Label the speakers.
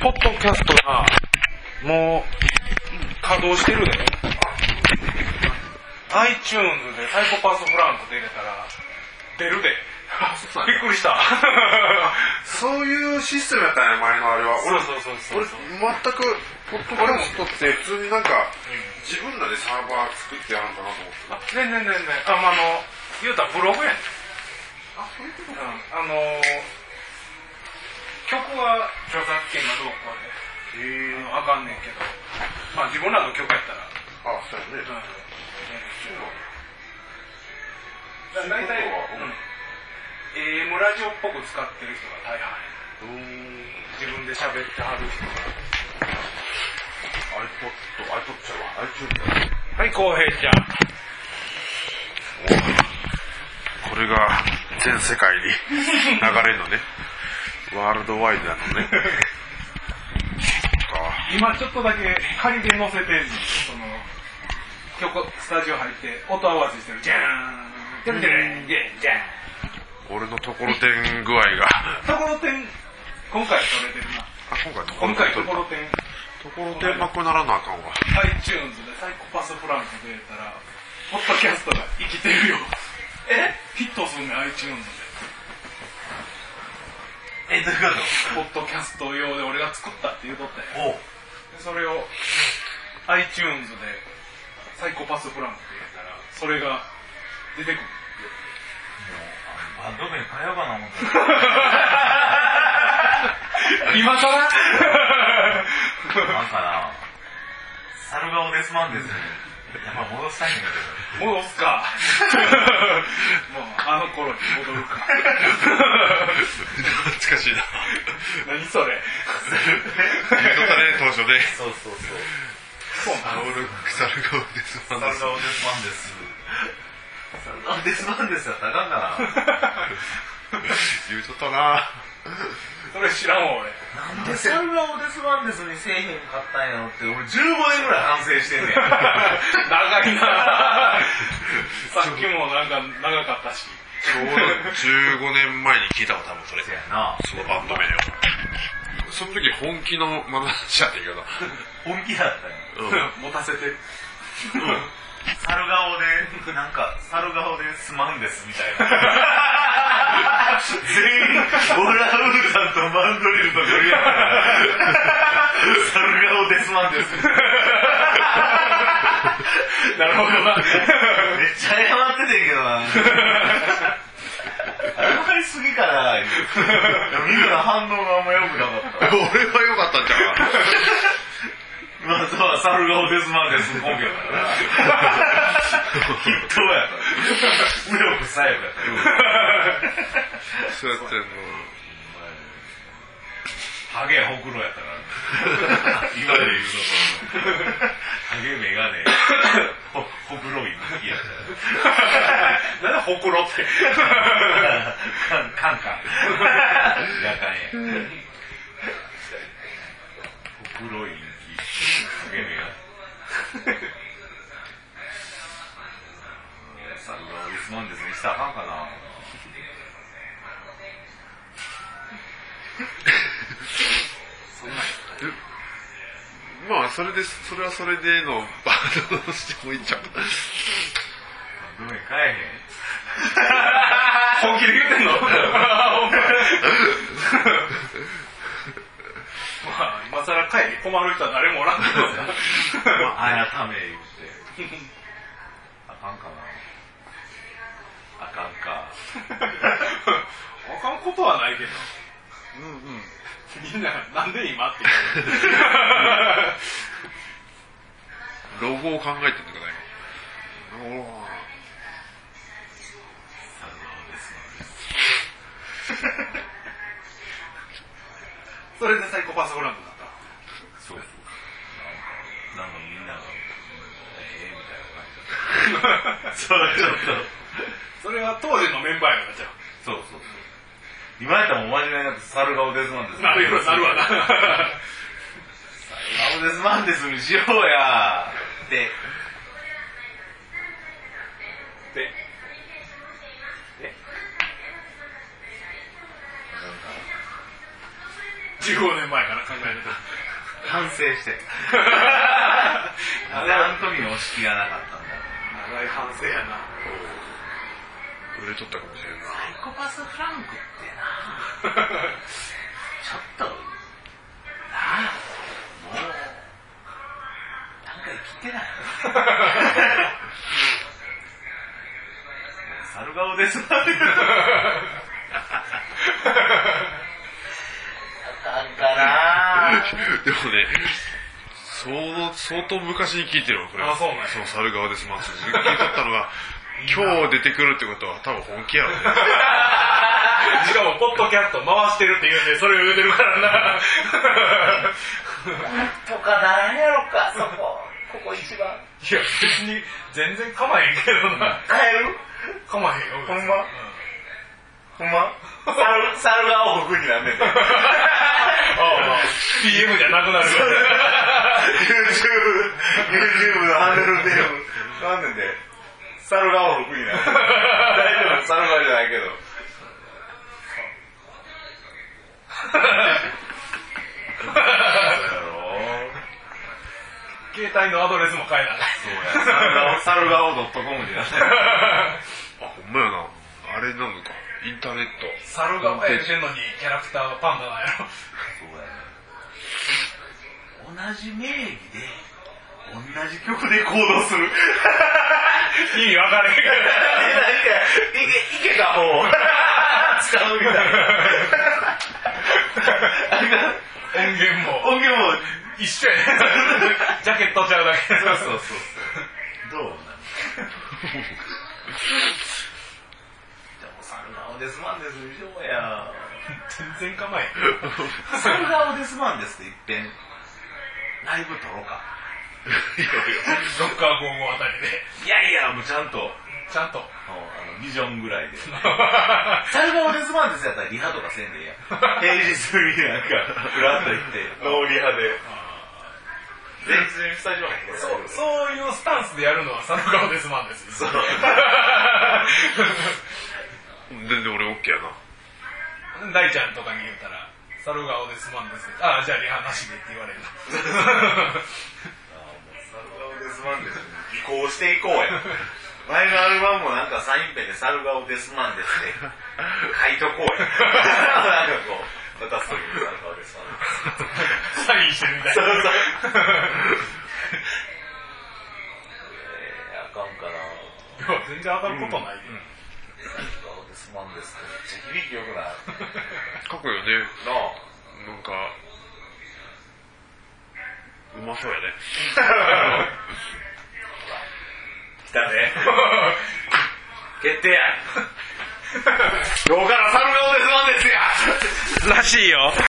Speaker 1: ポッドキャストが、もう、稼働してるで。iTunes でサイコパスフランクって入れたら、出るで。
Speaker 2: そう
Speaker 1: びっくりした。
Speaker 2: そういうシステムやったんや、前のあれは。
Speaker 1: そう
Speaker 2: 俺、
Speaker 1: そうそうそう
Speaker 2: 俺、全く、ポッドキャストって普通になんか、自分らでサーバー作ってやるんかなと思っ
Speaker 1: あ
Speaker 2: て。
Speaker 1: 全然全然。あ、まあ、あの、言うたらブログやねん。
Speaker 2: あ、そういうこと
Speaker 1: うんあのー、曲は著作権がどうこうで、
Speaker 2: へ
Speaker 1: あ
Speaker 2: え。
Speaker 1: のあかんねんけど、まあ自分らの曲やったら、う
Speaker 2: あ、そうやね。
Speaker 1: ん、
Speaker 2: そうなの
Speaker 1: だ大体、う
Speaker 2: う
Speaker 1: んん、AM ラジオっぽく使ってる人が大半やね
Speaker 2: うーん。
Speaker 1: 自分で喋ってはる人が。
Speaker 2: iPod、iPod ちゃうわ。iTunes だ。
Speaker 1: はい、浩平ちゃん。
Speaker 2: これが全世 界に流れるのねワールドワイドなのねあ
Speaker 1: 今ちょっとだけ仮で載せてんねんその曲スタジオ入って音合わせしてるじゃーんじゃんじゃんじゃんじゃん
Speaker 2: 俺のところてん具合があ
Speaker 1: ところてん今回撮れてるな
Speaker 2: 今
Speaker 1: 今
Speaker 2: 回ところて
Speaker 1: 回
Speaker 2: ん
Speaker 1: とこ
Speaker 2: と
Speaker 1: ろてん
Speaker 2: ころてんなくならなあかんわ
Speaker 1: iTunes でサイコパスフランクで入れたらポッドキャストが生きてるよえヒットすんねん iTunes
Speaker 3: え、どういう
Speaker 1: でポッドキャスト用で俺が作ったって言うとったよ
Speaker 3: ことおう
Speaker 1: でそれを iTunes でサイコパスフランクで入れたらそれが出てくる
Speaker 3: バンド名変えようかな思った
Speaker 1: 今さ ら
Speaker 3: なんかな、サルガオデスマンデスに、やっぱ戻したいんだけ
Speaker 1: 戻すか もうあの頃に戻るか
Speaker 2: 懐かしい な
Speaker 1: 何それ
Speaker 2: 言うとったね当初ね
Speaker 3: ど。そうそうそう。
Speaker 1: そうな
Speaker 2: あ
Speaker 1: の
Speaker 2: 俺腐る顔です
Speaker 3: サルガオデスマンデス。サルガオデスマンデスやったらあかんか
Speaker 2: 言うとったな
Speaker 1: それ知らんわ 俺
Speaker 3: な。なんでサルガオデスマンデスに製品買ったんやろって、俺15年ぐらい反省してん ねん。
Speaker 1: 長い なさっきもなんか長かったし
Speaker 2: ちょうど15年前に聞いたわ多分それ
Speaker 3: せやな。
Speaker 2: そのバンド名をその時本気のまなじゃね
Speaker 3: 本気だったんや。
Speaker 2: えけど、うん、
Speaker 1: 持たせて
Speaker 3: サルガオで、なんか、サルガオでスマンデスみたいな。全員、オランウータンとマンドリルとゴリラやからサルガオデスマンデス。
Speaker 1: なるほどな
Speaker 3: めっちゃ謝っててんけどな。謝りすぎかな。みんなの反応があんま良くなかった。
Speaker 2: 俺は良かったんちゃうか
Speaker 3: まあ、そうはサルガオデスマンデスのコンビやから な。筆頭やった。右翼左翼やった。
Speaker 2: そうやってもう
Speaker 3: ハゲほくろやったから。今で言うとこの。ハゲメガネ、ほほくろい向きやった
Speaker 1: なんでほくろって
Speaker 3: から。カンカン。やかんや。ほくろい向き。ハゲメガネ。サルガオリスマンデスにしたらあかんかな。
Speaker 2: まあそれでそれはそれでのバンドをしてもいいんちゃう
Speaker 3: ごめん、帰えへん。
Speaker 1: 本気で言うてんのまあ今さら帰り困る人は誰もおらんけどさ
Speaker 3: まあ、改め言って。あかんかな。あかんか。
Speaker 1: わかんことはないけど
Speaker 2: うんうん
Speaker 1: みんななんで今って言う
Speaker 2: ロゴを考えてんじゃないのお
Speaker 3: サルガオですので。
Speaker 1: それでサイコパスフランクだった
Speaker 3: そう。なんか、なんかみんなが、ええみたいな 感じだった。そう、ちょっ
Speaker 1: それは当時のメンバーやからじゃあ
Speaker 3: と。そうそうそう。今やったらもう真面目になって、サルガオデスマンデス。
Speaker 1: なるよなるわな
Speaker 3: サルガオデスマンデスにしようや。で、
Speaker 1: で
Speaker 3: なんか、
Speaker 1: 15年前から考えてた。
Speaker 3: 反省してるなんであの時に押し切らなかったんだろ
Speaker 1: 長い反省やな。
Speaker 2: 売れとったかもしれんな
Speaker 3: うサイコパスフランクってなちょっとなあもうなんか生きてない猿顔ですな なんかな あ
Speaker 2: でもね、相当相当昔に聞いてるわ、これ。
Speaker 1: あそうなんや
Speaker 2: そう、猿顔です、マス。聞いとったのが、今日出てくるってことは多分本気や ろね。
Speaker 1: しかも、ポッドキャスト回してるって言うんで、それを言うてるからな。
Speaker 3: とかならんやろか、そこ。ここ一番。
Speaker 1: いや、別に、全然構まへんけどな。
Speaker 3: 帰る
Speaker 1: 構まへんよ。
Speaker 3: ほんまほんま猿、猿が青服になんね んで。
Speaker 1: PM じゃなくなるから
Speaker 3: YouTube、YouTube のハンドルネーム、なんねんで。猿が青服になんねん。大丈夫、猿顔じゃないけど。
Speaker 1: 携帯のアドレスも 変えな
Speaker 3: 猿顔、猿顔 .com になんねん。
Speaker 2: あ、ほんまやな。あれなのか、インターネット。
Speaker 1: 猿が言うてんのにキャラクターはパンダなんやろ。
Speaker 3: 同じ名義で、同じ曲で行動する。
Speaker 1: 意味わからへんか
Speaker 3: なんか、い
Speaker 1: ら。
Speaker 3: け、いけた方を 使うみたいな。なんか
Speaker 1: 音源も。
Speaker 3: 音源も、
Speaker 1: 一緒やね ジャケットちゃうだけ
Speaker 3: そうそうそう。どうなのでも、猿顔デスマンデス以上や。
Speaker 1: 全然 構えへん。
Speaker 3: 猿顔デスマンデスっていっぺん、ライブ撮ろうか。
Speaker 1: ロッカー55あたりで。
Speaker 3: いやいや、もうちゃんと、
Speaker 1: ちゃ んと。
Speaker 3: あの、ビジョンぐらいで。
Speaker 1: あ
Speaker 3: サルバオデスマンデスやったらリハとかせんでええやん。平日になんか、フラッと行って、ノーリハで。全然スタジオ入って
Speaker 1: そ、
Speaker 3: そう
Speaker 1: そういうスタンスでやるのは佐野顔ですマンです。
Speaker 3: う。
Speaker 2: 全然俺 OK やな。
Speaker 1: 大ちゃんとかに言うたら、猿顔ですマンです。ああ、じゃあリハなしでって言わ れる。
Speaker 3: サルバオデスマンデスに移行していこうや。前のアルバムもなんかサインペンでサルバオデスマンデスで書いとこうや。なんかこう、渡すときにサルバオデスマンデス。
Speaker 1: サインしてるみたい
Speaker 3: そう
Speaker 1: な。
Speaker 3: そう。えー、あかんかな。
Speaker 1: いや全然当たることないで。
Speaker 3: そうですもんですね。めっちゃ響きよくない
Speaker 2: かっこいいよね。
Speaker 3: の
Speaker 2: なんか、うまそうやね。
Speaker 3: 来た ね。決 定や。今日から猿顔ですもんですや。
Speaker 2: らしいよ。